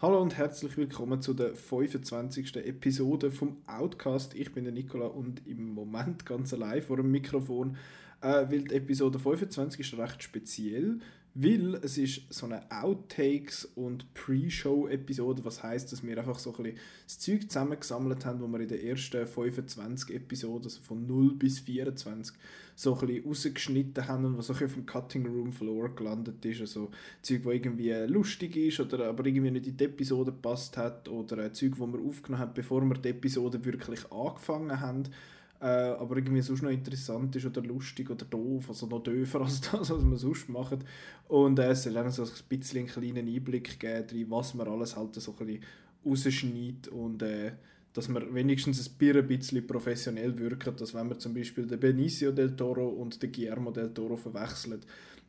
Hallo und herzlich willkommen zu der 25. Episode vom Outcast. Ich bin der Nikola und im Moment ganz allein vor dem Mikrofon, äh, weil die Episode 25 ist recht speziell, weil es ist so eine Outtakes- und Pre-Show-Episode, was heißt, dass wir einfach so ein bisschen das Zeug zusammengesammelt haben, wo wir in den ersten 25 Episoden, also von 0 bis 24, so ein bisschen rausgeschnitten haben und was so ein bisschen auf dem Cutting Room Floor gelandet ist. Also Zeug, das irgendwie lustig ist oder aber irgendwie nicht in die Episode gepasst hat oder äh, Zeug, wo wir aufgenommen haben, bevor wir die Episode wirklich angefangen haben. Äh, aber irgendwie sonst noch interessant ist oder lustig oder doof, also noch döfer als das, was wir sonst machen. Und äh, es soll einem so ein bisschen einen kleinen Einblick geben, drin, was man alles halt so ein bisschen rausschneidet und äh, dass man wenigstens ein Bier ein bisschen professionell wirkt, dass wenn man zum Beispiel den Benicio del Toro und den Guillermo del Toro verwechselt,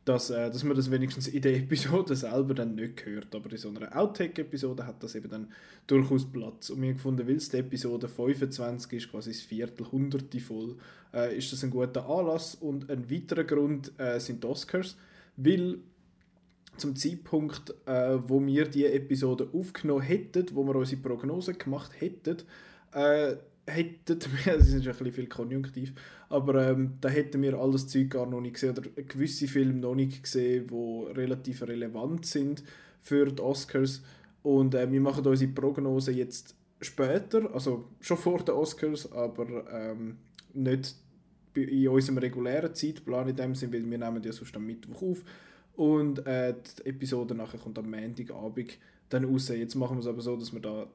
dass, äh, dass man das wenigstens in der Episode selber dann nicht hört. Aber in so einer Outtake-Episode hat das eben dann durchaus Platz. Und wir haben gefunden, weil es die Episode 25 ist, quasi das Viertelhunderte voll, äh, ist das ein guter Anlass. Und ein weiterer Grund äh, sind die Oscars, weil zum Zeitpunkt, äh, wo wir die Episode aufgenommen hätten, wo wir unsere Prognose gemacht hätten, äh, hätten wir, das ist schon ein bisschen viel konjunktiv, aber ähm, da hätten wir alles Zeug gar noch nicht gesehen oder gewisse Filme noch nicht gesehen, die relativ relevant sind für die Oscars. Und äh, wir machen unsere Prognose jetzt später, also schon vor den Oscars, aber ähm, nicht bei- in unserem regulären Zeitplan in dem Sinn, weil wir nehmen ja sonst am Mittwoch auf. Und äh, die Episode nachher kommt am Montagabend dann raus. Jetzt machen wir es aber so, dass wir da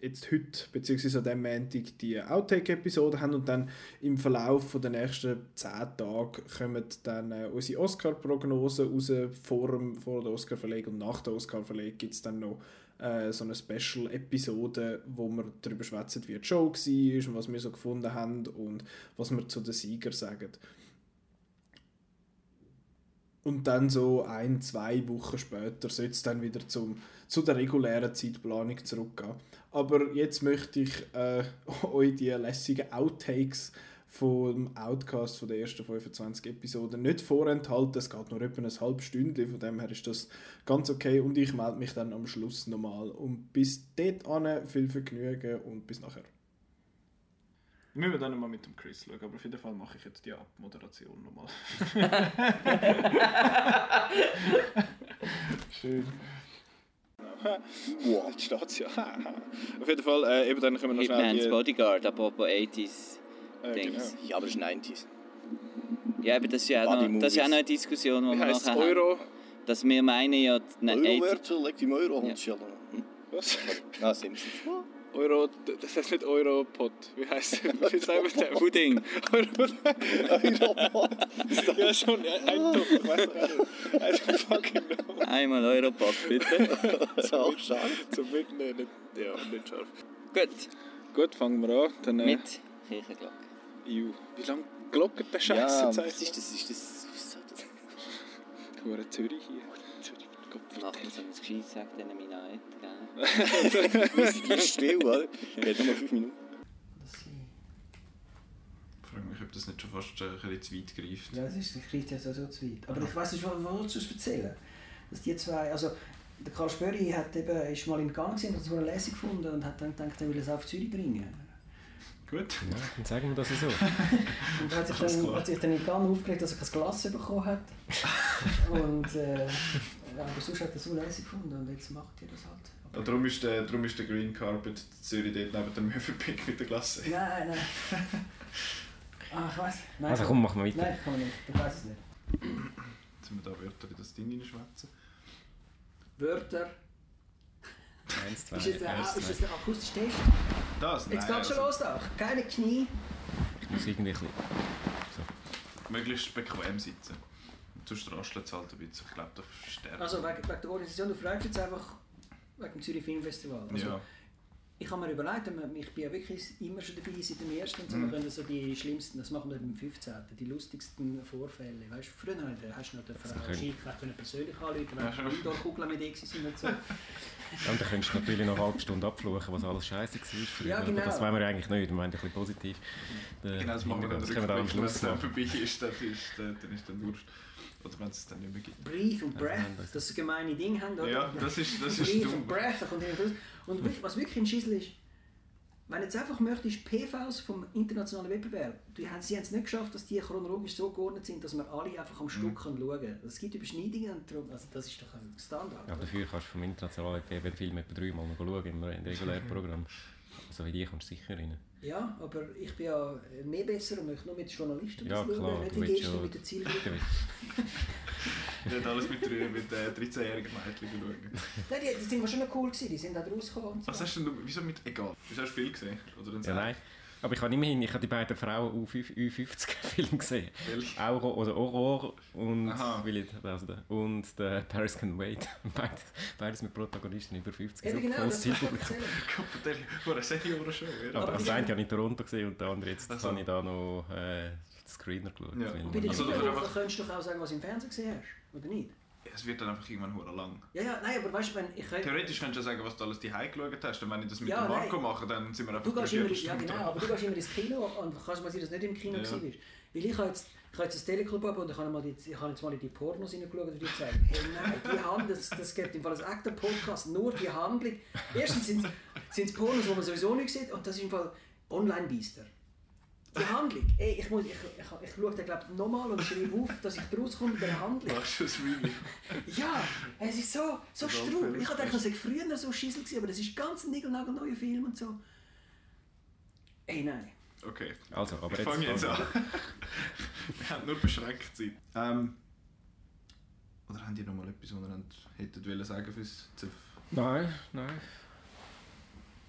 jetzt heute, beziehungsweise an diesem Montag, die Outtake-Episode haben und dann im Verlauf von den nächsten 10 Tagen kommen dann äh, unsere Oscar-Prognosen raus. Vor, dem, vor der Oscar-Verleihung und nach der Oscar-Verleihung gibt es dann noch äh, so eine Special-Episode, wo wir darüber schwätzen, wie die Show war und was wir so gefunden haben und was wir zu den Siegern sagen. Und dann so ein, zwei Wochen später sollte es dann wieder zum, zu der regulären Zeitplanung zurückgehen. Aber jetzt möchte ich äh, euch die lässigen Outtakes vom Outcast von der ersten 25 Episoden nicht vorenthalten. Es geht nur etwa ein halbes Stündchen, von dem her ist das ganz okay. Und ich melde mich dann am Schluss nochmal. Und bis dort viel Vergnügen und bis nachher. Müssen wir dann mal mit dem Chris schauen, aber auf jeden Fall mache ich jetzt die Abmoderation nochmal. Schön. Wow, jetzt steht's ja. Auf jeden Fall, äh, eben dann können wir noch Hitman's schnell Bodyguard, apropos 80s. die... Äh, Dings. Ja, aber das ist 90s. Ja, aber das ist ja auch Buddy noch, das ist ja auch Movies. noch eine Diskussion, die Wie wir heisst nachher es? haben. Euro? Dass wir meinen ja, die- nein, 80s. Eurowert, leg die Euro und Schilder. Was? Ah, Simpsons. Euro... Das heißt nicht Europod. Wie heisst es? Wie sagen wir das? Pudding. Europod. Ja, schon. ja, Ein Topf. Ich weiß auch nicht. Also, fucking no. Einmal Europack, bitte. Das ist auch scharf. Zum Mitnehmen. nicht- Ja, nicht scharf. Gut, Gut, fangen wir an. Dann... Äh, mit Kirchenglocke. Ju. Wie lange glockert der Ja, Scheiße? was ist das? Ist das was soll das? Hure Zürich hier. Nachher so ein Gescheiss sagt dann meine Eltern. gell? Wir sind hier still, oder? Geht nur 5 Minuten. Ich frage mich, ob das nicht schon fast äh, ein bisschen zu weit greift. Ja, das ist, das kriegt jetzt auch so zu weit. Aber ich weiß nicht, was was willst du sonst erzählen? Dass die zwei, also der Karl Spöri hat eben, ist mal in Gang gesehen, hat es wohl lässig gefunden und hat dann gedacht, er will es auch auf Zürich bringen. Gut. Ja, dann sagen wir das so. Und hat sich Alles dann, klar. hat sich dann in Gang aufgeregt, dass er kein Glas bekommen hat. und, äh, aber sonst hat er es so lässig gefunden und jetzt macht er das halt. Ja, darum, ist der, darum ist der Green Carpet in Zürich dort neben dem Möwenpick mit der Klasse. Nein, nein. Ah, ich weiß. Nein, Also komm, machen wir weiter. Nein, kann man nicht. Ich weiß es nicht. Jetzt sind wir da Wörter in das Ding reinschwätzen. Wörter. Eins, zwei, Ist es ein, eins, ist zwei. es ein akustisch Test? Das? Nein. also Jetzt geht's schon los da. Keine Knie. Ich muss irgendwie ein bisschen... Möglichst bequem sitzen. Und Sonst raschelt es halt ein bisschen. Ich glaube, da sterben. Also wegen, wegen der Organisation, du fragst jetzt einfach wegen dem Zürich Film Festival. Also, ja. Ich habe mir überlegt, ähm, ich bin ja wirklich immer schon dabei seit dem ersten und Mhm. so, wir können so die schlimmsten, das machen wir dann beim 15. Die lustigsten Vorfälle. Weißt, du, früher hat- hast du noch den Frau können- Schick können persönlich anrufen, wenn die Indoor-Kugeln mit ihr sind und so. Ja, Und dann könntest du natürlich noch eine halbe Stunde abfluchen, was alles scheiße war. früher. Ja, genau. Aber das wollen wir eigentlich nicht, wir meinen ein bisschen positiv. Äh, Genau, das machen wir dann Das können wir dann am Schluss Wenn es machen. vorbei äh, ist, dann ist, dann, dann ist dann Wurst. Oder wenn es dann nicht mehr gibt. Breathe und Breath, das gemeine Ding haben, oder? Ja, das ist, das ist Breathe und dumm. Breath, da kommt irgendwas raus. Und wirklich- was wirklich ein Schissel ist, wenn du jetzt einfach möchtest, PVs vom internationalen Wettbewerb, die haben, sie haben es nicht geschafft, dass die chronologisch so geordnet sind, dass wir alle einfach am Mhm. Stück können schauen können. Es gibt Überschneidungen, und darum, also das ist doch ein Standard. Ja, dafür kannst du vom internationalen FB Film etwa dreimal noch schauen im regulären Programm. Also in die kommst du sicher rein. Ja, aber ich bin ja mehr besser und möchte nur mit Journalisten Ja, das klar, nicht du wie willst gestern schon. mit der Zielgruppe. Du willst- Nicht alles mit, drei- mit äh, 13-jährigen Mädchen schauen. Nein, die, die sind mir schon noch cool gewesen, die sind auch rausgekommen. und so. Was hast du denn, du- wieso mit egal? Wieso hast du viel gesehen? Oder dann Ja, nein. Aber ich habe immerhin, ich habe die beiden Frauen U50-Film gesehen. Welche? Auro oder Aurore und, Aha. will ich, also der, und der Paris Can Wait. Beides, beides mit Protagonisten über 50. Eben So genau, volles das kann ich Zielpublikum. erzählen. Kapitell vor einer Senioren-Show. Ja. Aber Aber Genau, das die- eine habe ich darunter gesehen und der andere jetzt Ach so. habe ich da noch äh, den Screener geschaut. Also- Ja. weil Und Bei der Also, also, man- du- Zielgruppe könntest du doch auch sagen, was du im Fernsehen gesehen hast, oder nicht? Es wird dann einfach irgendwann hure lang. Ja, ja, nein, aber weißt du, wenn ich... Theoretisch könntest du ja sagen, was du alles die geschaut hast. Und wenn ich das mit Ja, dem Marco nein. mache, dann sind wir einfach Du gehst drei immer, ja Viertelstunden genau, dran. aber du gehst immer ins Kino und kannst mal sehen, dass du nicht im Kino Ja. ja. warst. Weil ich habe jetzt, ich habe jetzt das Teleclub ab und ich habe, mal die, ich habe jetzt mal in die Pornos hineingeschaut und die gesagt, hey nein, die Hand, das, das gibt im Fall einen echten Podcast, nur die Handlung. Erstens sind es- sind es Pornos, die man sowieso nicht sieht und das ist im Fall Online-Biester. Die Handlung, ey, ich, muss, ich, ich, ich schaue den glaube ich nochmal und schreibe auf, dass ich daraus komme mit der Handlung. Machst du das Review? Ja, es ist so, so Das ist auch strub. viel Ich hatte Spaß. gedacht, das sei früher noch so schissel gewesen, aber das ist ganz ein niegelnagelneuer Film und so. Ey, nein. Okay. Also, aber ich jetzt- fange jetzt an. wir haben nur beschränkt Zeit. Ähm, oder haben die noch mal etwas, was ihr habt- hättet wollen sagen fürs ZIF? Nein, nein.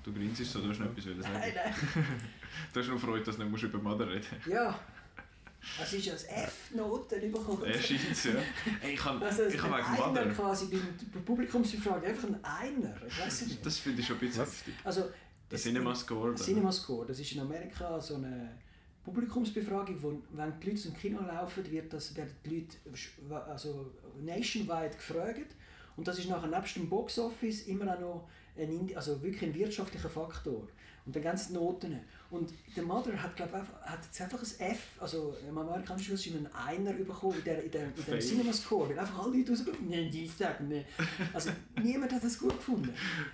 Du grinsest so, du hast noch etwas wollen sagen. Nein, nein. Du hast noch Freude, dass du nicht musst über Mother reden Ja. Es ist ja das F-Noten überkommt. Er scheint ja. Ey, ich kann, Also ich ich kann ein wegen Einer Mother. quasi beim bei der Publikumsbefragung, einfach ein Einer. Ich weiß nicht. Das finde ich schon ein bisschen Was? heftig. also, Der CinemaScore. oder? Cinema Score, das ist in Amerika so eine Publikumsbefragung, wo wenn die Leute zum Kino laufen, wird das, werden die Leute sch- also nationwide gefragt und das ist nachher nebst dem Boxoffice immer auch noch ein, Indi- also wirklich ein wirtschaftlicher Faktor und dann ganze Noten und der Mother hat glaube ich hat jetzt einfach ein F, also im amerikanischen Schluss ist ein Einer bekommen in der, in der, in Fail. der Cinema Score, weil einfach alle Leute rausgekommen nein, Dienstag, nein. Also niemand hat das gut gefunden.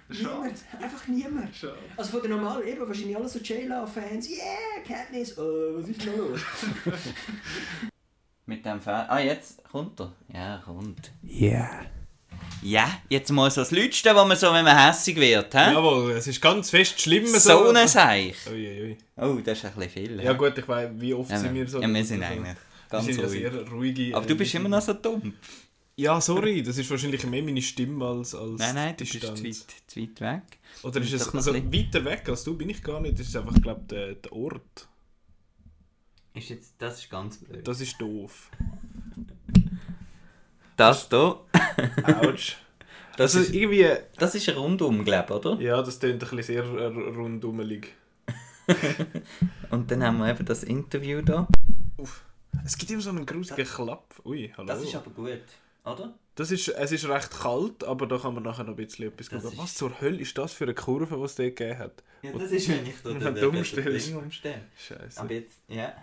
Schade. Niemand, einfach niemand. Schade. Also von den normalen, eben wahrscheinlich alle so JLA-Fans, yeah, Katniss, äh, was ist denn da los? Mit dem Fan. Ah, jetzt kommt er. Ja, kommt. Yeah. Ja, jetzt mal so das Lütsten, wo man so, wenn man hässig wird, hä? Jawohl, es ist ganz fest schlimm so eine Seich. Uiuiui. Oh, das ist ein bisschen viel. Ja gut, ich weiß, wie oft ja, sind wir so... ja, wir sind eigentlich Wir ganz sind ja ruhig. sehr ruhige... Aber du bist immer noch so dumm. Ja, sorry, das ist wahrscheinlich mehr meine Stimme als, als Nein, nein, du bist Distanz. zu weit, zu weit weg. Oder ist Doch es noch also ein weiter weg als du? Bin ich gar nicht. Das ist einfach, glaube ich, der, der Ort. Ist jetzt, das ist ganz blöd. Das ist doof. Das hier, Autsch. das, Also ist, irgendwie... das ist rundum, glaube ich, oder? Ja, das tönt ein bisschen sehr äh, rundumelig. Und dann haben wir eben das Interview da. Uff. Es gibt immer so einen grusigen Klapp. Ui, hallo. Das ist aber gut, oder? Das ist, es ist recht kalt, aber da kann man nachher noch ein bisschen etwas Das geben. ist- Was zur Hölle ist das für eine Kurve, die es dort gegeben hat? Ja, das ist, wenn ich da Wenn den- du den- umstellst. den Ding umstelle. Scheiße. Aber jetzt, ja,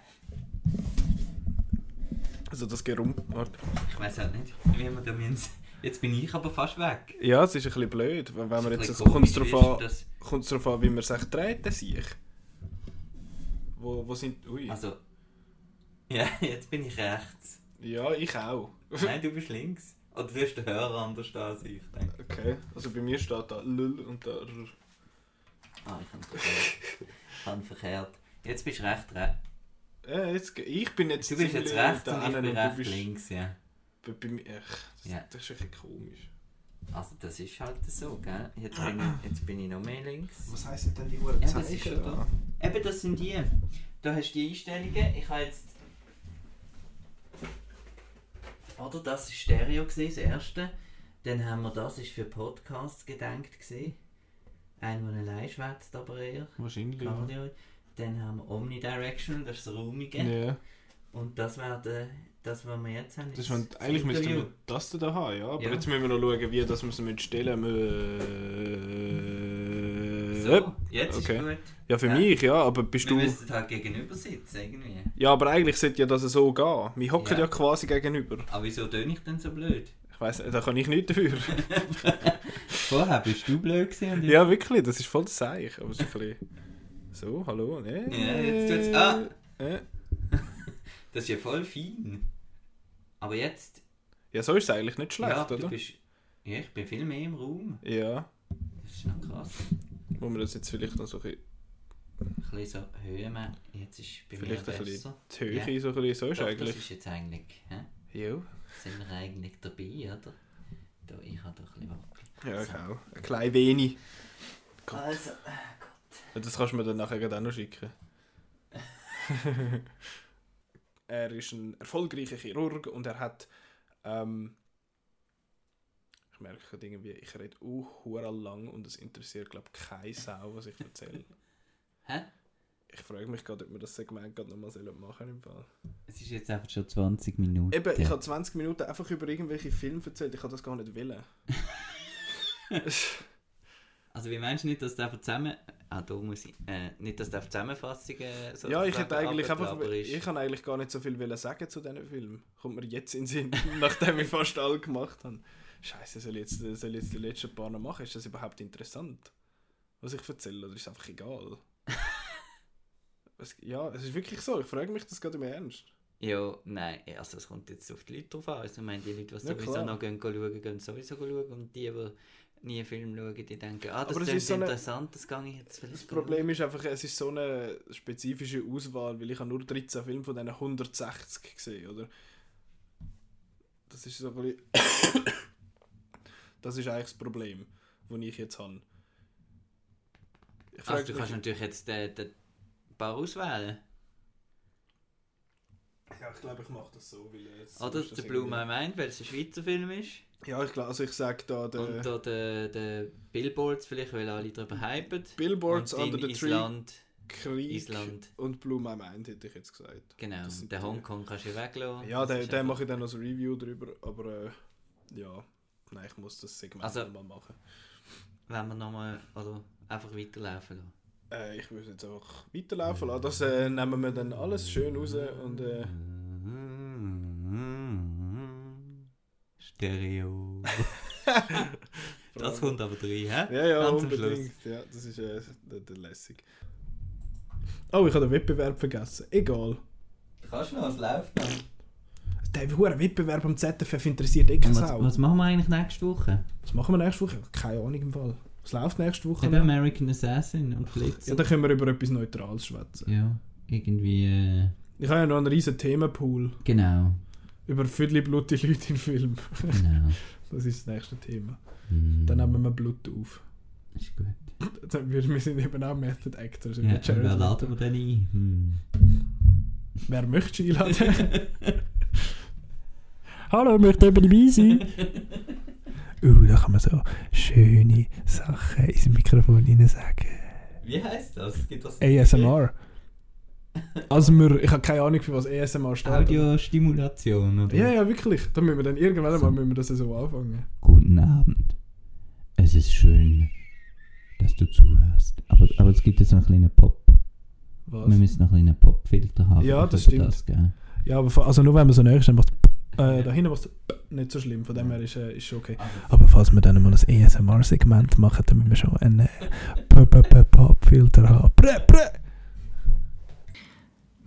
Also das Gerumpart. ich weiß halt nicht, wie wir da müssen. Jetzt bin ich aber fast weg. Ja, es ist ein bisschen blöd, wenn wenn man ein jetzt... bisschen Kommt es komisch, darauf an, ist kommt's drauf an, wie man sich dreht, der Sieg. Wo, wo sind... Ui. Also, ja, jetzt bin ich rechts. Ja, ich auch. Nein, du bist links. Oder du hast den Hörer anders da als ich, denke Okay, also bei mir steht da Lull und da R. ich. Ah, ich habe verkehrt. ich habe verkehrt. Jetzt bist du recht re Äh, jetzt, ge- ich bin jetzt Du bist jetzt ziemlich rechts und da ich hinten bin und du recht bist links, ja. Bei, bei mir, ach, das, Ja. das ist ein bisschen komisch. Also das ist halt so, gell? Jetzt bin ich, jetzt bin ich noch mehr links. Was heisst denn dann die Uhr? Ja, das ist schon da. Eben, das sind die. Da hast du die Einstellungen. Ich habe jetzt... Oder das war Stereo, gewesen, das erste. Dann haben wir das ist für Podcasts gedacht. Gewesen. Einer, der allein schwätzt, aber eher. Wahrscheinlich. Ja. Cardio. Dann haben wir Omnidirectional, das ist das Raumige. Und das wäre der... Das, was wir jetzt haben, Das ist, wenn, eigentlich müssten Interview. wir das da haben, ja. Aber Ja. jetzt müssen wir noch schauen, wie das wir es mit stellen müssen. So, jetzt Okay. ist gut. Äh, Ja, für Ja. mich, ja, aber bist Wir du. müssten halt gegenüber sitzen, irgendwie. Ja, aber eigentlich sollte ja das so gehen. Wir hocken Ja. ja. quasi gegenüber. Aber wieso töne ich denn so blöd? Ich weiss, da kann ich nichts dafür. Vorher bist du blöd gewesen und ja, wirklich, das ist voll das Seich. Aber es ist ein bisschen. So, hallo, ne? Ja, jetzt tut's. Ah, Äh. das ist ja voll fein. Aber jetzt. Ja, so ist es eigentlich nicht schlecht, ja, du oder? bist. Ja, ich bin viel mehr im Raum. Ja, Das ist noch krass. wo wir das jetzt vielleicht noch so ein bisschen, Ein bisschen so Höhe. Jetzt ist bei vielleicht mir ein bisschen besser. die Höhe Ja. so ein bisschen, so ist Doch, Das eigentlich. ist jetzt eigentlich. Hä? Ja, Sind wir eigentlich dabei, oder? Da, ich habe doch ein bisschen Wackelig. ja, ich auch. Ein klein wenig. Gott. Also, äh, Gott. Ja, Das kannst du mir dann nachher gerade auch noch schicken. er ist ein erfolgreicher Chirurg und er hat. Ähm, ich merke gerade irgendwie, ich rede auch hure lang und es interessiert, glaube ich, keine Sau, was ich erzähle. Hä? Ich frage mich gerade, ob wir das Segment gerade nochmal machen im Fall. Es ist jetzt einfach schon 20 Minuten. Eben, ich habe 20 Minuten einfach über irgendwelche Filme erzählt, ich habe das gar nicht willen. Also wie meinst du nicht, dass du einfach zusammen... Ah, da muss ich... Äh, nicht, dass du einfach Zusammenfassungen... sozusagen ja, ich hätte eigentlich einfach. runterklapperst. Ich kann eigentlich gar nicht so viel wollen sagen zu diesen Filmen. Kommt mir jetzt in den Sinn, nachdem ich fast alle gemacht habe. Scheiße, soll ich jetzt, soll ich jetzt die letzten paar noch machen? Ist das überhaupt interessant, was ich erzähle? Oder ist es einfach egal? was, ja, es ist wirklich so. Ich frage mich das gerade im Ernst. Ja, nein, also es kommt jetzt auf die Leute drauf an. Also ich meine, die Leute, die Ja, sowieso klar. noch gehen, gehen schauen, gehen sowieso schauen. Und die, die nie einen Film schauen, die denken, ah, das Aber es ist ist so eine- interessant, das gehe ich jetzt vielleicht Das Problem ist einfach, es ist so eine spezifische Auswahl, weil ich habe nur 13 Filme von diesen 160 gesehen, oder? Das ist so ein bisschen... Das ist eigentlich das Problem, das ich jetzt habe. Ich schauen. frage Also du kannst mich, natürlich jetzt äh, den paar auswählen. ja, ich glaube, ich mache das so, weil jetzt... Oder Ah, der Blue My Mind, weil es ein Schweizer Film ist. Ja, ich glaube, also ich sage da Und den da der, der Billboards vielleicht, weil alle drüber hypen. Billboards und in Under the Tree, Island, Krieg Island. und Blue My Mind, hätte ich jetzt gesagt. Genau, Das sind den die- Hongkong kannst du ja weglassen. Ja, Ah, Das den, ist den einfach- mache ich dann als Review drüber, aber äh, ja, nein, ich muss das Segment Also- noch mal machen. Wenn wir nochmal, oder einfach weiterlaufen lassen. Äh, ich würde jetzt einfach weiterlaufen lassen. Das äh, nehmen wir dann alles schön raus und äh, Stereo. das kommt aber drin, hä? ja, ja, Ganz am unbedingt. Ja, das ist äh, der, der lässig. Oh, ich habe den Wettbewerb vergessen. Egal. Kannst du noch, es läuft noch. Der hohe Wettbewerb am ZFF interessiert eh keine Was, Sau. was machen wir eigentlich nächste Woche? Was machen wir nächste Woche? Ich habe Keine Ahnung im Fall. Was läuft nächste Woche? Eben noch? American Assassin und Flitz. Ja, dann können wir über etwas Neutrales schwätzen. Ja, irgendwie, äh, Ich habe ja noch einen riesen Themenpool genau, über viele blutige Leute im Film. genau. Das ist das nächste Thema. Hm, Dann nehmen wir Blut auf. ist gut. Dann- Wir wir sind eben auch Method Actors. Ja, wir und wer laden wir denn ein? Hm. Wer möchte einladen? Hallo, möchte jemand dabei sein? Uh, da kann man so schöne Sachen ins Mikrofon hinein sagen. Wie heißt das? Gibt das ASMR. Also wir, ich habe keine Ahnung, für was ASMR steht. aber- Audiostimulation, oder? Ja, ja, wirklich. Dann müssen wir dann irgendwann mal müssen wir das so anfangen. Guten Abend. Es ist schön, dass du zuhörst. Aber, aber es gibt jetzt noch einen kleinen Pop. Wir Was? müssen noch einen kleinen Popfilter haben. Ja, Dann das können stimmt. wir Das, gell? Ja, aber fa- also nur wenn wir so näher sind, macht äh, da hinten macht nicht so schlimm. Von dem her ist äh, ist schon okay. Aber falls wir dann mal ein ASMR-Segment machen, dann müssen wir schon einen äh, Pop-Filter haben. Brr, brr.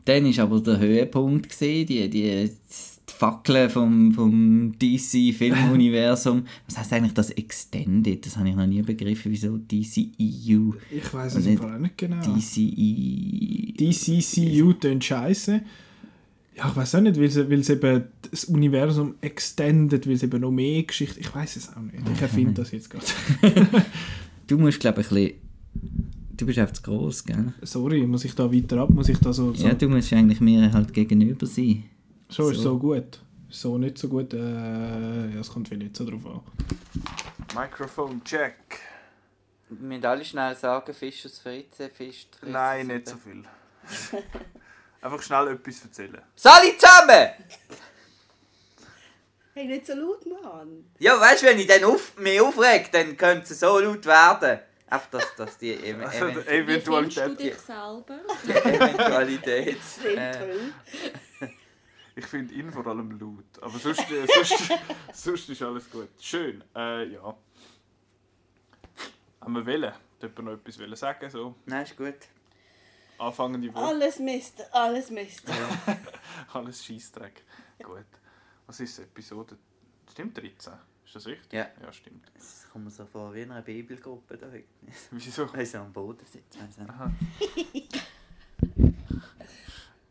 Dann war aber der Höhepunkt, gewesen, die, die, die Fackeln vom, vom DC-Filmuniversum. Was heißt eigentlich das Extended? Das habe ich noch nie begriffen, wieso E DCEU. Ich weiß es es im Fall einfach nicht genau. DCE. DCCU tönt scheiße. Ja, ich weiß auch nicht, weil es weil es eben das Universum extendet, weil es eben noch mehr Geschichte. Ich weiß es auch nicht. Ich erfinde das jetzt gerade. Du musst, glaube ich, ein bisschen. Du bist einfach zu gross, gell? Sorry, muss ich da weiter ab? Muss ich da so. so Ja, du musst eigentlich mir halt gegenüber sein. so ist so. so gut. So nicht so gut. Äh, ja, es kommt viel nicht so drauf an. Microphone check. Wir müssen alle schnell sagen, Fisch aus Fritze, Fisch Fritze. viel. Einfach schnell etwas erzählen. Sali zusammen! Hey, nicht so laut, Mann. Ja, weißt du, wenn ich dann auf, mich aufreg, dann könnte es so laut werden. Einfach, dass, dass die ev Also, ev Wie findest du Eventualität. dich selber? Eventualität. äh, Eventuell. Ich finde ihn vor allem laut. Aber sonst, äh, sonst, sonst ist alles gut. Schön. Äh, ja. Haben wir wollen? Hat jemand noch etwas wollen sagen? So nein, ist gut. anfangende Worte. Alles Mist, alles Mist. Alles Scheissdreck. Gut. Was ist Episode? Stimmt 13? Ist das richtig? Ja. Ja, stimmt. Es kommt mir so vor wie in einer Bibelgruppe da heute. Wieso? Weil sie am Boden sitzen. Also.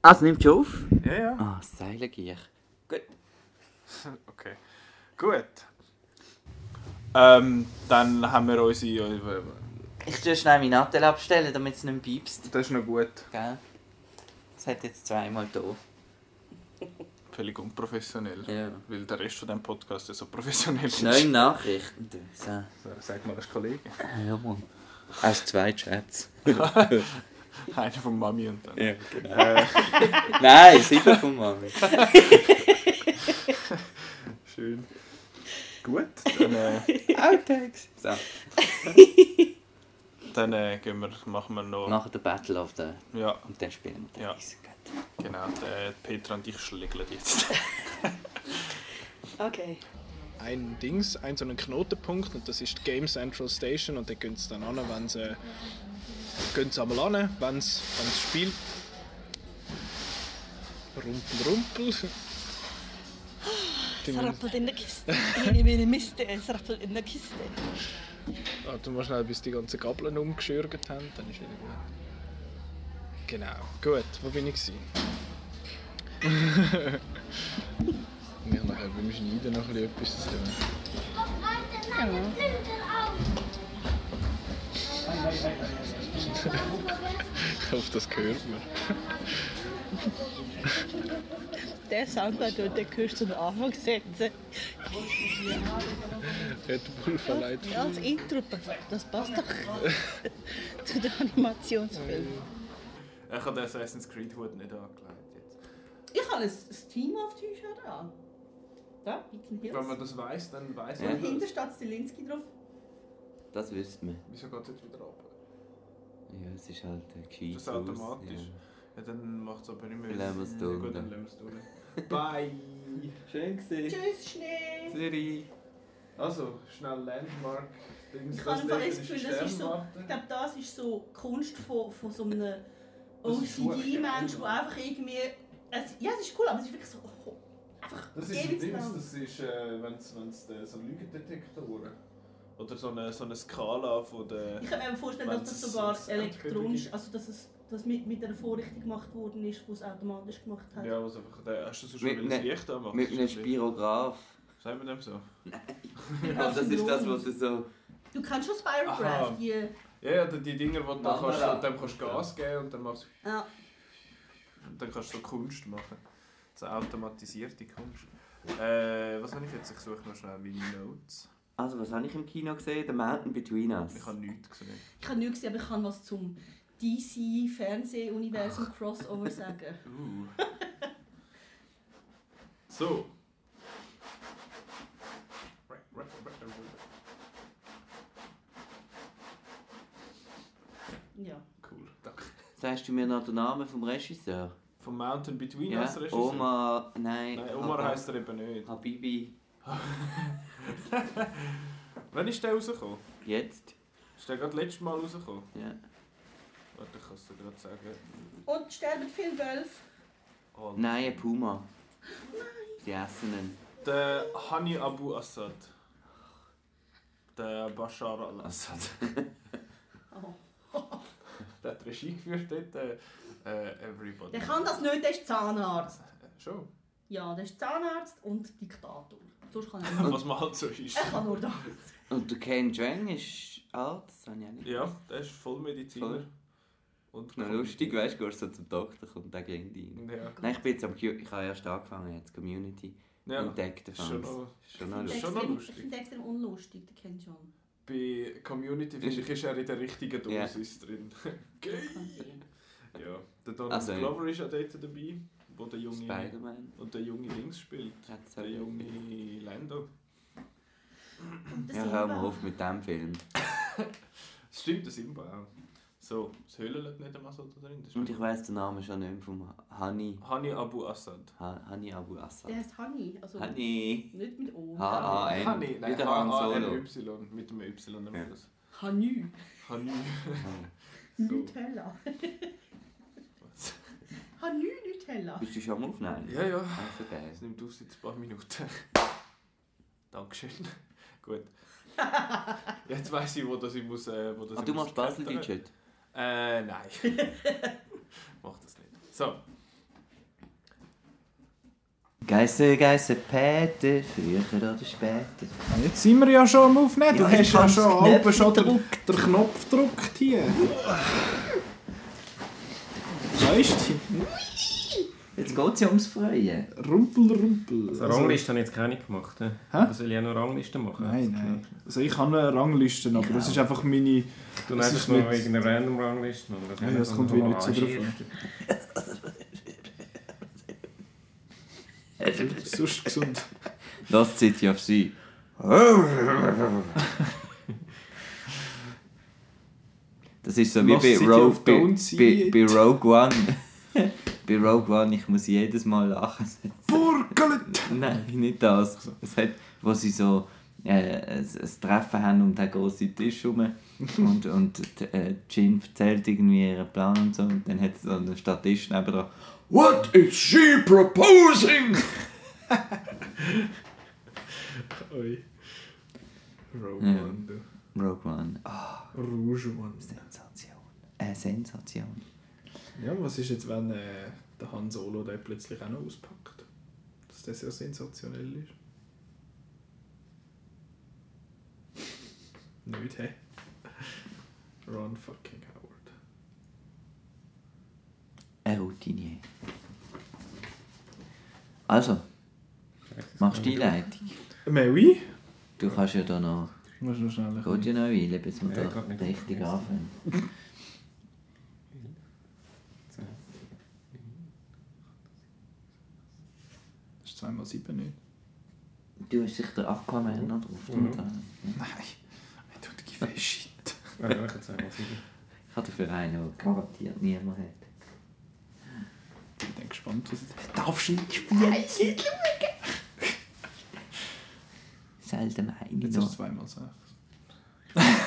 Ah, es nimmt schon auf? Ja, ja. Ah, das Seilengier. Gut. Okay. Gut. Ähm, dann haben wir unsere. äh, Ich tue schnell meine Nattel abstellen, damit es nicht piepst. Das ist noch gut. Gell? Das hat jetzt zweimal da. Völlig unprofessionell. Ja. Weil der Rest von dem Podcast ja so professionell ist. Neun Nachrichten. du. So. Sag mal, das Kollege. Ah, Ja, Mann. Aus zwei Chats. Einer von Mami und dann. Ja, genau. Nein, sieben von Mami. Schön. Gut. Dann, äh, Outtakes. So, dann äh, gehen wir, machen wir noch. nachher der Battle of the... Ja, Und dann spielen wir Ja. Tennis. Gut. genau. Der Petra und ich schlägeln jetzt. Okay. Ein Dings, ein so einen Knotenpunkt und das ist die Game Central Station und dann gehen sie dann an, wenn sie... Gehen sie einmal an, wenn sie, wenn sie spielt. Rumpel, rumpel. Es rappelt in der Kiste. Ich bin in Mist, es rappelt in der Kiste. Warten wir schnell, bis die ganzen Gabeln umgeschürgt haben, dann ist wieder gut. Genau, gut, wo bin ich? Gewesen? Wir haben nachher beim Schneiden noch ein bisschen etwas zu tun. Ich hoffe, das gehört man. Der Sound, den du den hörst, zum Anfang setzen. Red Bull verleiht Ja, das Intro, das passt doch zu den Animationsfilmen. Ich habe den Assassin's Creed Hut nicht angelegt jetzt. Ich habe ein Team auf T-Shirt an. Da, Beacon Hills. Wenn man das weiss, dann weiss Ja. man Dahinter das. steht Stilinski drauf. Das wüsste man. Wieso geht es jetzt wieder ab? Ja, es ist halt ein Kies. Das ist automatisch. Ja, dann macht es aber nicht mehr. Dann lassen wir Ja, es Gut, durch. dann lassen wir es durch. Bye! Schön gesehen. Tschüss, Schnee! Siri. Also, schnell Landmark. Dings, Ich habe einfach das ist Gefühl, das ist so, Sternwarte. ich glaube, das ist so die Kunst von, von so einem Das ist super, OCD-Mensch, ja. der einfach irgendwie... Es, ja, es ist cool, aber es ist wirklich so... Oh, einfach Das ist ein ewig Dings, lang. das ist, äh, wenn es so ein Lügendetektor Oder so eine, so eine Skala von der. Ich kann mir vorstellen, Wenn dass das es- sogar es- es- elektronisch, also dass es dass mit, mit einer Vorrichtung gemacht worden ist, die es automatisch gemacht hat. Ja, was einfach. Der, hast du so Mit schon wieder das ne- Licht anmachen? Mit einem Spirograph. Sagen wir dem so. Aber Genau, das ist das, was du so... Du kannst schon Spirocraft, Aha. die... äh, Ja, ja, die, die Dinger, wo du dann Wanderer. kannst, du- dem kannst du Gas geben und dann, machst, Ja. und dann kannst du so Kunst machen. So automatisierte Kunst. Äh, was habe ich jetzt? Ich suche noch schnell meine Notes. Also, was habe ich im Kino gesehen? The Mountain Between Us. Ich habe nichts gesehen. Ich habe nichts gesehen, aber ich kann was zum DC-Fernseh-Universum-Crossover sagen. Ah. Uh. so. Ja. Cool, danke. Sagst du mir noch den Namen vom Regisseur? Vom Mountain Between Ja, Us Regisseur? Omar... Nein. Nein, Omar Hab- heisst er eben nicht. Habibi. Wann ist der rausgekommen? Jetzt? Ist der gerade letztes Mal rausgekommen? Ja. Warte, ich kann es dir gerade sagen. Und sterben viele Wölfe. Oh, Nein, ein Puma. Die essen ihn. Der Hani Abu Assad. Der Bashar al-Assad. Oh. der hat Regie geführt dort. Äh, äh, everybody. Der kann das nicht, der ist Zahnarzt. Äh, Schon. Ja, der ist Zahnarzt und Diktator. Sonst kann er nicht. Was man halt so ist. er kann nur das. Und der Ken Jong ist Arzt, das habe ich auch nicht Ja, der ist Vollmediziner. Voll. Und Na, lustig, weißt du, gehst so zum Doktor, kommt der Grind rein. Ja. Nein, ich bin jetzt am Q ich habe erst angefangen, jetzt Community ja. entdeckt Ist schon davon. noch, Schon noch ist lustig. schon noch Extrem- lustig. Ich finde den extrem unlustig, der Ken John. bei Community finde ich, ist er in der richtigen Ja. Dosis drin. Das kann sein. ja. Der Donald Also, ja. Glover ist auch dort dabei, wo der junge, Spider-Man. und der junge Dings spielt. Hat's auch Der irgendwie. junge Lando. Und der Ja, hör mal Silva. auf mit dem Film. Stimmt, der Simba auch. So, das Höhlenlied nicht einmal so da drin. das ist Und ich weiss den Namen schon nicht mehr vom Hani. Hani Abu Assad. Ha Hani Abu Assad. Der heißt Hani. Also Hani. Nicht mit O. H-A-N. Hani, nein, Wieder Han Solo. H-A-N-Y, mit dem Y am Schluss. Hanü. Hani. Mhm. Nutella. Hanü Nutella. Bist du schon am Aufnehmen? Ja, ja. Also geil. Es nimmt auf seit ein paar Minuten. Dankeschön. Gut. Jetzt weiss ich, wo das ich muss. Äh, wo das Ah, ich du muss machst Basel klettern. Digit? Äh, nein. Mach das nicht. So. Geisse, Geisse, Peter, früher oder später. Jetzt sind wir ja schon am Aufnehmen. Ja, du hast ich ja hab's schon Knöpfe oben schon den, den Knopf gedrückt hier. Weißt Jetzt geht es ja ums Freuen. Rumpel, rumpel. Also Rangliste habe ich jetzt keine gemacht. Hä? Oder soll ich auch noch Rangliste machen? Nein, nein. Also ich habe eine Rangliste, aber das ist einfach meine... Du das nennst ist noch nicht- irgendeine random Rangliste. oder? Ja, das kommt wie nicht so drauf an. Sonst gesund. Das zieht ja auf sie. Das ist so wie Lost bei City Rogue, of bei, Don't See bei, bei Rogue One. bei Rogue One, ich muss jedes Mal lachen. Burgelet! Nein, nicht das. Es hat, wo sie so äh, ein, ein Treffen haben um den grossen Tisch herum. und und äh, Jin erzählt irgendwie ihren Plan und so. Und dann hat so einen Statist nebenan. What is she proposing? Oi. Rogue Ja. One, du. Rogue One. Rouge One. Sensation. Eine Sensation. Ja, was ist jetzt, wenn äh, der Han Solo den plötzlich auch noch auspackt? Dass das ja sensationell ist. Nicht, hä? Ron fucking Howard. Ein Routinier. Also, machst du die Leitung? Mais oui. Du kannst ja da noch. Muss noch schnell. Geht ja noch eine Weile, bis wir Ja, da geht nicht. richtig anfangen. Das ist 2x7 nicht. Du hast sicher den Aquaman noch drauf. Mhm. oder? Nein, I don't give a shit. Ja, ich kann sagen, was ich- Ich hatte für einen, der garantiert niemand hat. Ich bin gespannt, was es Darfst du nicht spielen? nicht schauen! Selten eine Jetzt ist es noch. 2x6.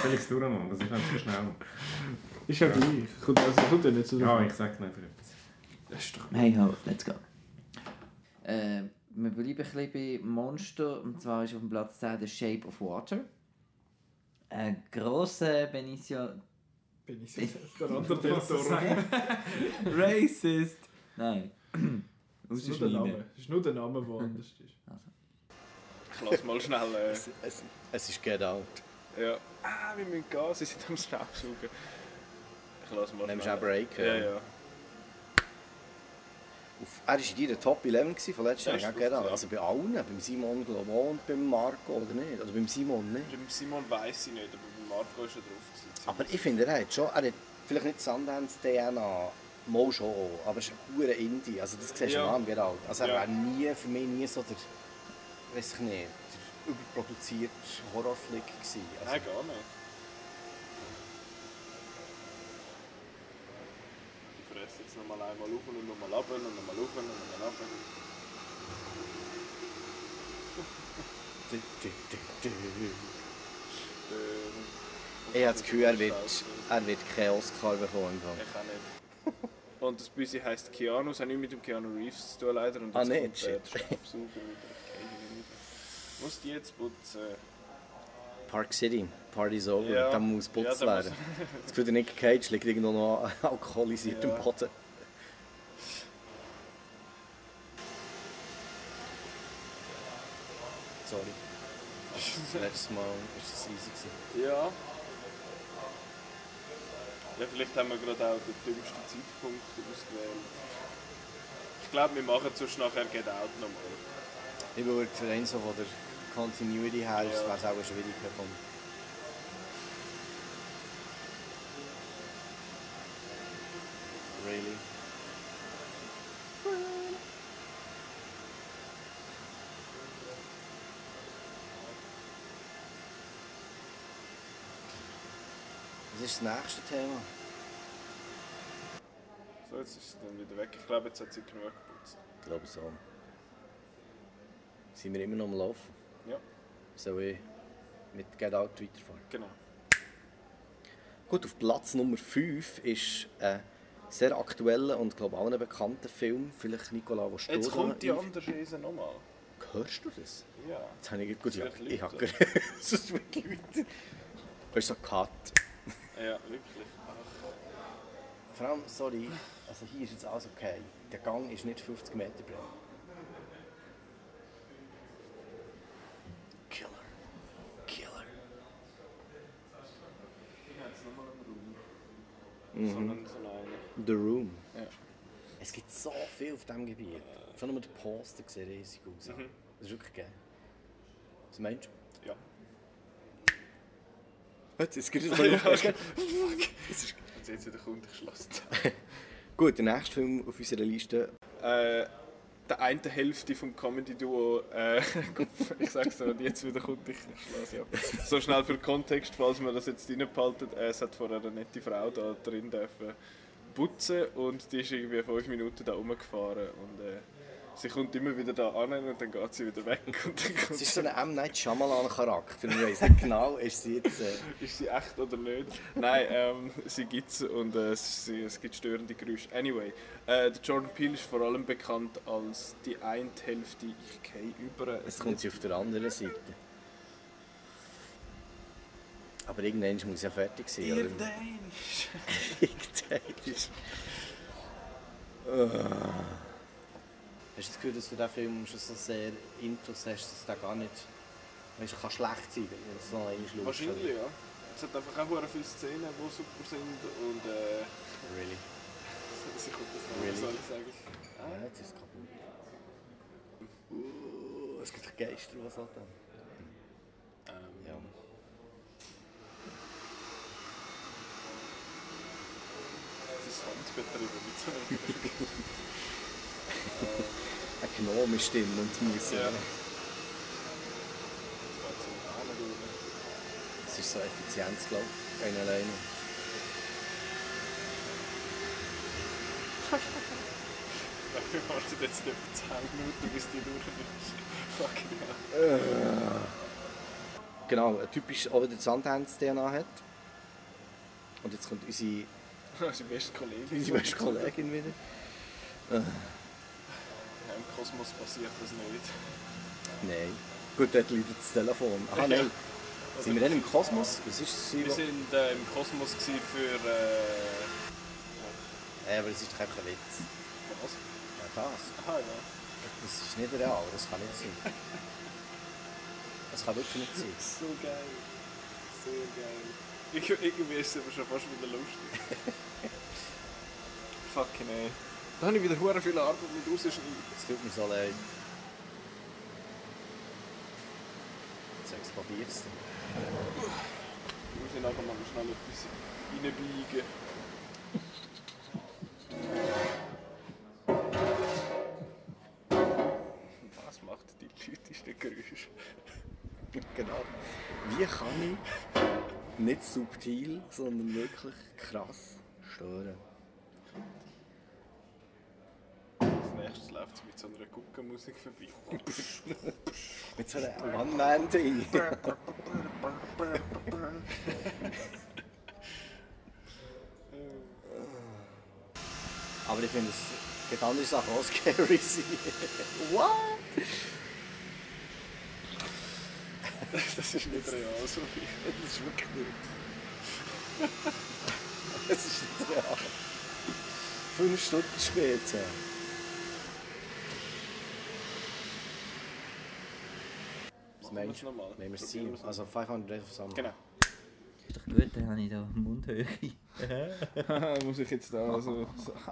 Soll ich es durchmachen? Das ist einfach zu schnell. Ist ja gleich. Kommt, also, kommt ja nicht so Ja, ich sage einfach etwas. Das ist doch Hey ho, let's go. Äh, wir bleiben ein bisschen bei Monster. Und zwar ist auf dem Platz 10 The Shape of Water. Ein grosser Benicio Bin ich sicher. Der andere Del Toro. Racist! Nein. Das ist nur der Name. Das ist nur der Name, der anders ist. Lass mal schnell. Äh, Es, es, es ist Get Out. ja. Ah, wir müssen Gas, sie sind am Staubsaugen. Ich lass mal Nimmst du schnell. auch Break? eh. Ja, ja. Auf, er war in deiner Top 11 gewesen von letztem Ja, Jahr. ist gell? gut, ja. Also bei allen. Beim Simon, glaube ich, auch und beim Marco, oder nicht? Oder beim Simon nicht. Beim Simon weiss ich nicht, aber beim Marco ist er drauf. Gewesen. Aber ich finde, er hat schon, er hat vielleicht nicht Sundance DNA, mal schon, aber es ist ein guter Indie. Also das siehst du Ja. ja. am Gerald. Also er Ja. wäre nie, für mich nie so der, weiß ich nicht, der überproduzierte Horrorflick gewesen. Also, Nein, gar nicht. Ich fresse jetzt nochmal einmal auf und nochmal ab und nochmal auf und nochmal ab. du, du, du, du. Ich habe das Gefühl, er wird, er wird keinen Oscar bekommen. im Fall. Ich auch nicht. Und das Büsi heisst Keanu, es hat nichts mit dem Keanu Reeves zu tun, leider. Und Ah, jetzt nicht? kommt, äh, Shit. der Staubsauger wieder. Keine Ahnung. Muss die jetzt putzen? Park City, Party's over, Ja. da muss putz Ja, da muss- werden. Das Gefühl, der Nick Cage liegt irgendwo noch alkoholisiert Ja. im Boden. Sorry. Das letzte Mal war das easy. gewesen. Ja. Ja, vielleicht haben wir gerade auch den dümmsten Zeitpunkt ausgewählt. Ich glaube, wir machen sonst nachher Get Out nochmal. Ich würde rein so von der Continuity her, das wäre es auch schwierig gekommen. Really? Das Das ist das nächste Thema. So, jetzt ist es dann wieder weg. Ich glaube, jetzt hat sie genug geputzt. Ich glaube so. Sind wir immer noch am Laufen? Ja. Soll ich mit Get Out weiterfahren? Genau. Gut, auf Platz Nummer 5 ist ein sehr aktueller und glaube allen bekannter Film, vielleicht Nicola, wo Jetzt kommt die andere Scheiße nochmal. Hörst du das? Ja. Jetzt habe ich gut, ja, Vielleicht ich habe Leute. Sonst wird Leute. Ist so Cut. Ja, wirklich. Ach. Vor allem, sorry, also hier ist jetzt alles okay. Der Gang ist nicht 50 Meter breit. Killer. Killer. Ich habe jetzt nochmal einen Raum. Mhm. So einen, so einen. The Room. Ja. Es gibt so viel auf diesem Gebiet. Schon nur der Poster sieht riesig aus. Mhm. Das ist wirklich geil. Was meinst du? Ja. Jetzt, jetzt gibt es mal auf. Jetzt jetzt wieder kommt, ich schloss es. Gut, der nächste Film auf unserer Liste. Äh, der eine Hälfte vom Comedy-Duo, äh, ich sag's dir, wenn jetzt wieder kommt, ich schloss ja. So schnell für den Kontext, falls wir das jetzt reinbehalten, äh, es hat vorher eine nette Frau da drin dürfen putzen und die ist irgendwie fünf Minuten da rumgefahren und äh, sie kommt immer wieder da an und dann geht sie wieder weg und dann kommt Es ist so ein M. Night Shyamalan-Charakter. Ich weiß nicht genau, ist sie jetzt... Äh, Ist sie echt oder nicht? Nein, ähm, sie gibt es und äh, sie, es gibt störende Geräusche. Anyway, äh, der Jordan Peele ist vor allem bekannt als die eine Hälfte, ich gehe über. Jetzt kommt sie auf der anderen Seite. Aber irgendwann muss sie ja fertig sein. oder? Irgendwann ist... Ah. Hast du das Gefühl, dass du diesen Film schon so sehr intus hast, dass der gar nicht... Weißt, kann schlecht sein, wenn du es noch einmal schaust. Wahrscheinlich, ja. Es hat einfach auch sehr viele Szenen, die super sind und. Äh, Really? sie kommt das Really? really? soll ich sagen. Ja, Ah, jetzt ist es kaputt. Uh, es gibt Geister, was hat dann? Ja. Das ist Handbetriebe mit so einem. äh, Eine Gnome Stimme und Musik. Ja. Das ist so Effizienz, glaube ich, eine alleine. Wir warten jetzt etwa 10 Minuten, bis die durch ist. Fucking Äh. hell. Genau, ein typisch auch wieder Sundance-DNA hat. Und jetzt kommt unsere, Das ist die beste Kollegin. unsere beste Kollegin wieder. Äh, Ja, Im Kosmos passiert das nicht. nein. Gut, dort leidet das Telefon. Ah nein. Sind wir dann im Kosmos? Was ist Wir das? sind äh, im Kosmos gewesen für. Äh, Ja, aber es ist doch einfach ein Witz. was? Ja, das. Aha, ja. Das ist nicht real, das kann nicht sein. Das kann wirklich nicht sein. So geil. Sehr geil. Ich, irgendwie ist es aber schon fast wieder lustig. Fucking ey. Da habe ich wieder hure viel Arbeit mit rausschneiden. Es tut mir so leid. Jetzt explodiert es. Ich muss ja nachher mal schnell etwas reinbiegen. Was macht die lautesten Geräusche? Genau. Wie kann ich nicht subtil, sondern wirklich krass stören? Als nächstes läuft es mit so einer Guckenmusik vorbei. Mit so einem One-Man-Ding. Aber ich finde, es gibt andere Sachen auch scary sein. What? Das ist nicht real, so wie. Das ist wirklich nicht. Es ist nicht real. Fünf Stunden später. Was meinst du? Nehmen wir es Team. Also 500 Days of Summer. Genau. Ist doch gut, dann habe ich da Mundhöhe. Muss ich jetzt da so. so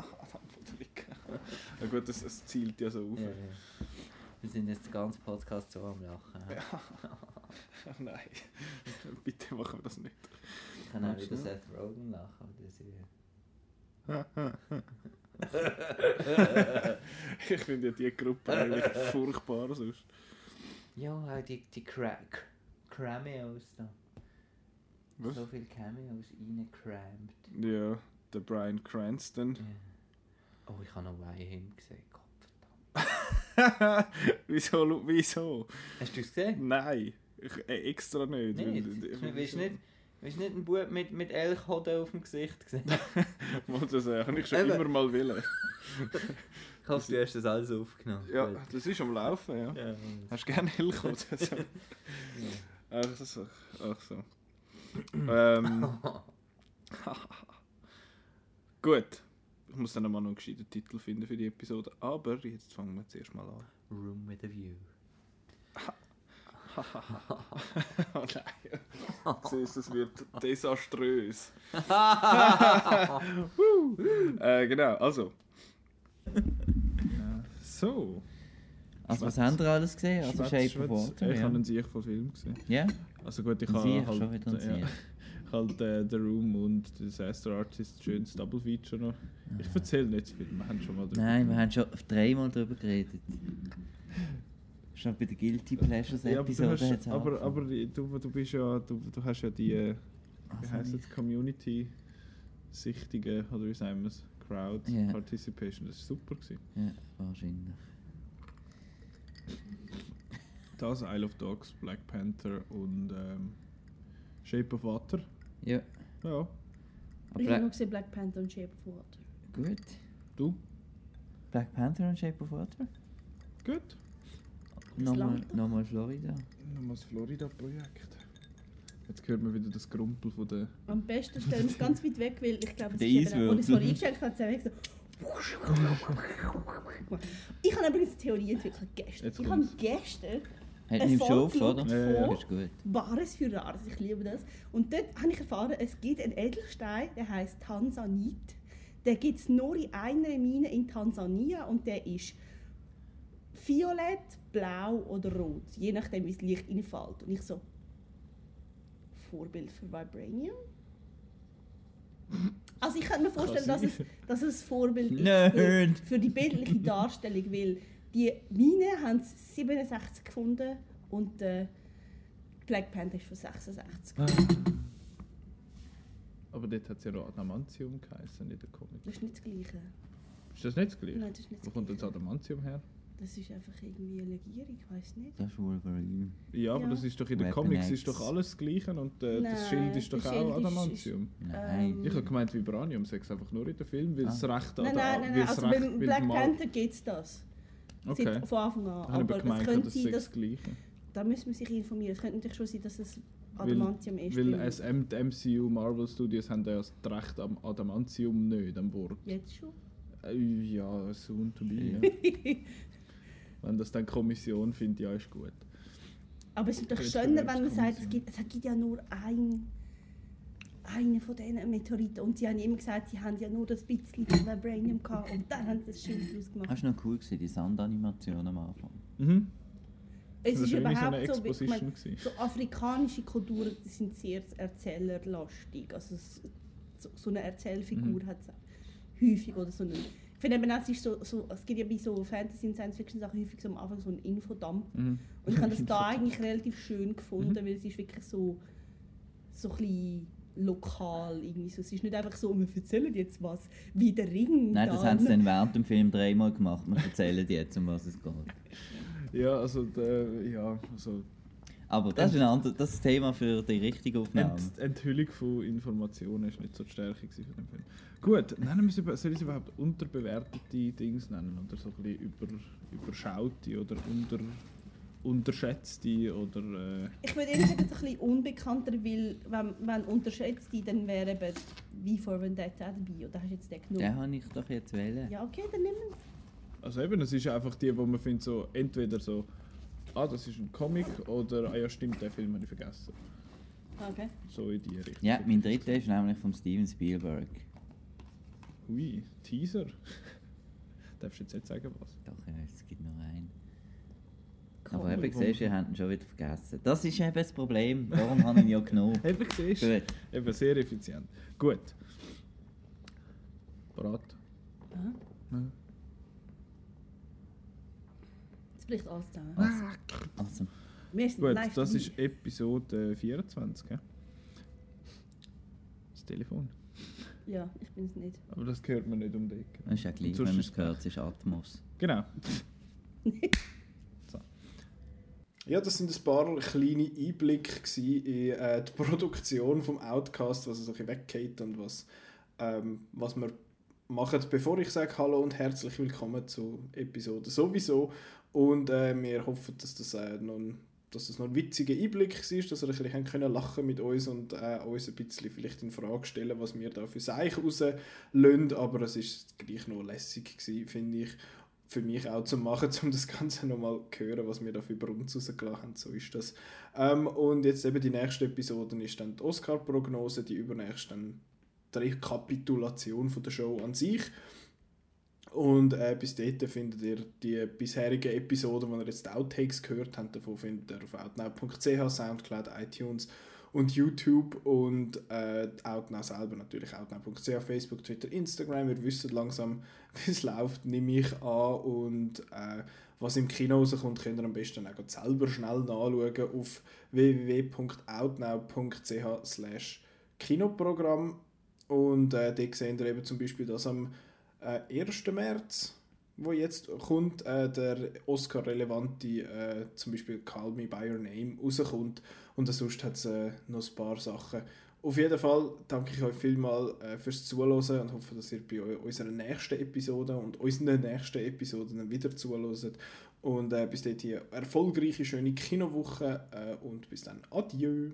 Na gut, das, das zielt ja so auf. Ja, ja. Wir sind jetzt den ganzen Podcast so am Lachen. Nein. Bitte machen wir das nicht. Ich kann auch wieder Seth Rogen lachen, aber das ist... ich finde ja die Gruppe eigentlich furchtbar sonst. Ja, auch die, die Cra Cr- Crameos da. Was? So viele Cameos reingecrampt. Ja, der Brian Cranston. Oh, ich habe noch Why Him gesehen. Gott, wieso, Lu- wieso? Hast du es gesehen? Nein, ich, äh, extra nicht. Nicht? Du willst nicht, willst nicht einen Bub mit, mit Elchhoden auf dem Gesicht gesehen? Mal das äh, habe ich schon Eben. immer mal wollen. Ich hoffe, du hast das alles aufgenommen. Ja, Gut. das ist am Laufen, ja. Ja. Hast du gerne Hilfe? oder so? Ach so. Ach so. ähm. Gut. Ich muss dann mal noch einen gescheiten Titel finden für die Episode. Aber jetzt fangen wir zuerst mal an. Room with a View. oh nein. Siehst du, es wird desaströs. Woo. äh, genau, also. so. Also, was haben wir alles gesehen? Also, Schwätz, Shape of Schwätz. Water. Ich ja. habe einen Sieg von Film gesehen. Ja? Also gut, ich Ein habe Sieg, halt, schon wieder ein ja, ich halt äh, The Room und Disaster Artist schönes Double Feature noch. Ich erzähle nicht zu viel, wir haben schon mal drüber Nein, wir geredet. haben schon dreimal darüber geredet. Schon bei der Guilty Pleasures ja, aber, du Episode hat hast, es aber, aber die- du, du bist ja, du, du hast ja die, äh, wie Was heisst hab das, Community Sichtige oder wie sagen wir es, Crowd Ja. Participation, das war super. Gewesen. Ja, wahrscheinlich. Das, Isle of Dogs, Black Panther und ähm, Shape of Water. Ja. Ja. Ich habe noch gesehen Black Panther und Shape of Water. Gut. Du? Black Panther und Shape of Water? Gut. Nochmal, langt nochmal Florida. Nochmal das Florida-Projekt. Jetzt hört man wieder das Grumpel von der... Am besten stellen wir es ganz weit weg, weil ich glaube, es Der ist jeder, der Eiswürfel. uns vorhin eingeschenkt hat, hat so Ich habe übrigens eine Theorie entwickelt gestern. Jetzt Ich habe kommt's. gestern Hat einen nicht Song Schof, oder? geschaut Ja, ja. von Ist gut. Wahres für Rares, ich liebe das. Und dort habe ich erfahren, es gibt einen Edelstein, der heißt Tansanit. Der gibt es nur in einer Mine in Tansania und der ist violett, blau oder rot, je nachdem wie das Licht reinfällt. Und ich so, Vorbild für Vibranium? Also ich könnte mir vorstellen, Kann dass sein. es, dass es ein Vorbild ist Nerd. Für, für die bildliche Darstellung, weil die Mine haben es 67 gefunden und äh, Black Panther ist von 66. Ah. Aber dort hat es ja noch Adamantium geheißen in der Comic. Das ist nicht das Gleiche. Ist das nicht das gleiche? Nein, das ist nicht Wo das kommt jetzt halt Adamantium her? Das ist einfach irgendwie eine Legierung, ich weiß nicht. Das ist Wolverine. Ja, aber Ja. das ist doch in den Weapon Comics X. ist doch alles das Gleiche und äh, das Nein, Schild ist doch das Schild auch ist- Adamantium. ist- Nein. Ich habe gemeint Vibranium, sag's einfach nur in den Film, weil es recht Ähm, Nein, nein, nein, weil nein. es Also recht- bei weil Black mal- Panther gibt es das. Okay. Seit von Anfang an. Da habe ich Aber aber gemeint, es dass könnte das sein, sei dass. das Gleiche. Da müssen wir sich informieren. Es könnte natürlich schon sein, dass es Weil- Adamantium ist. Weil weil- es M- die MCU Marvel Studios haben ja das Recht am Adamantium nicht am Wort. Jetzt schon. Äh, ja, soon to be. Ja. Wenn das dann die Kommission findet, ja, ist gut. Aber es ist doch Jetzt schöner, wenn bemerkt man es sagt, es gibt, es gibt ja nur ein, einen von diesen Meteoriten. Und sie haben immer gesagt, sie haben ja nur das bisschen von Vibranium gehabt. Und dann haben sie das Schild draus gemacht. Das war noch cool, gewesen, die Sandanimation am Anfang. Mhm. Es Das ist war irgendwie überhaupt so so, eine weil- ich meine, Exposition so afrikanische Kulturen die sind sehr erzählerlastig. Also es- so, so eine Erzählfigur Mhm. hat es häufig oder so einen, ich finde eben, es, ist so, so, es gibt ja bei so Fantasy- und Science-Fiction-Sachen häufig so am Anfang so einen Infodump. Mhm. Und ich habe das da eigentlich relativ schön gefunden, Mhm. weil es ist wirklich so, so ein bisschen lokal irgendwie so. Es ist nicht einfach so, wir erzählen jetzt was, wie der Ring Nein, das dann. haben sie dann während dem Film dreimal gemacht. Wir erzählen dir jetzt, um was es geht. Ja, also, der, ja, also Aber das ist ein anderes das ist Thema für die richtige Aufnahme. Ent, Enthüllung von Informationen ist nicht so die Stärke gewesen von dem Film. Gut, nennen wir es über, soll ich es überhaupt unterbewertete Dings nennen? Oder so ein bisschen über, überschaute oder unter, unterschätzte oder... Äh, Ich würde ehrlich sagen, es ist ein bisschen unbekannter, weil wenn, wenn unterschätzt die, dann wäre eben wie for Vendetta auch dabei. Oder hast du jetzt den genommen? Den habe ich doch jetzt wählen. Ja, okay, dann nimm ihn. also eben, es ist einfach die, wo man findet so, entweder so, ah, das ist ein Comic oder, ah ja stimmt, den Film habe ich vergessen. Okay. So in die Richtung. Ja, mein dritter ist nämlich von Steven Spielberg. Ui, Teaser. Darfst du jetzt nicht sagen, was? Doch, ja, es gibt nur einen. Komm, Aber eben, komm. siehst du, ihr habt ihn schon wieder vergessen. Das ist eben das Problem, darum habe ich ihn ja genommen. Eben, siehst du. Gut. Eben, sehr effizient. Gut. Parat. Aha. Mhm. Jetzt bricht alles zusammen. Awesome. Wir sind Ah. Gut, live das dabei. ist Episode 24. Gell? Telefon. Ja, ich bin es nicht. Aber das gehört man nicht um die Ecke. Das ist ja Und gleich, wenn sonst man ist- es hört, es ist Atmos. Genau. Ja, das sind ein paar kleine Einblicke gewesen in äh, die Produktion vom Outcast, was so ein bisschen weggeht und was, ähm, was wir machen. Bevor ich sage Hallo und herzlich willkommen zur Episode sowieso und äh, wir hoffen, dass das, äh, noch ein, dass das noch ein witziger Einblick war, dass ihr ein bisschen habt können lachen mit uns und äh, uns ein bisschen vielleicht in Frage stellen, was wir da für Seich rauslösen, aber es ist gleich noch lässig gewesen, finde ich für mich auch zu machen, um das Ganze nochmal zu hören, was wir da für Brunz rausgelassen haben. So ist das. Ähm, und jetzt eben die nächste Episode ist dann die Oscar-Prognose, die übernächste dann die Rekapitulation von der Show an sich. Und äh, bis dort findet ihr die bisherigen Episoden, die ihr jetzt die Outtakes gehört habt, davon findet ihr auf outnow.ch, Soundcloud, iTunes und YouTube und äh, Outnow selber natürlich, outnow.ch, Facebook, Twitter, Instagram. Wir wissen langsam, wie es läuft, nehme ich an. Und äh, was im Kino rauskommt, könnt ihr am besten auch grad selber schnell nachschauen auf www.outnow.ch slash Kinoprogramm. Und äh, dort seht ihr eben zum Beispiel, dass am äh, 1. März, wo jetzt kommt, äh, der Oscar-relevante äh, zum Beispiel Call Me By Your Name rauskommt. Und sonst hat es äh, noch ein paar Sachen. Auf jeden Fall danke ich euch vielmal äh, fürs Zuhören und hoffe, dass ihr bei eu- unserer nächsten Episode und unseren nächsten Episoden dann wieder zuhört. Und äh, bis dahin erfolgreiche, schöne Kinowoche äh, und bis dann. Adieu!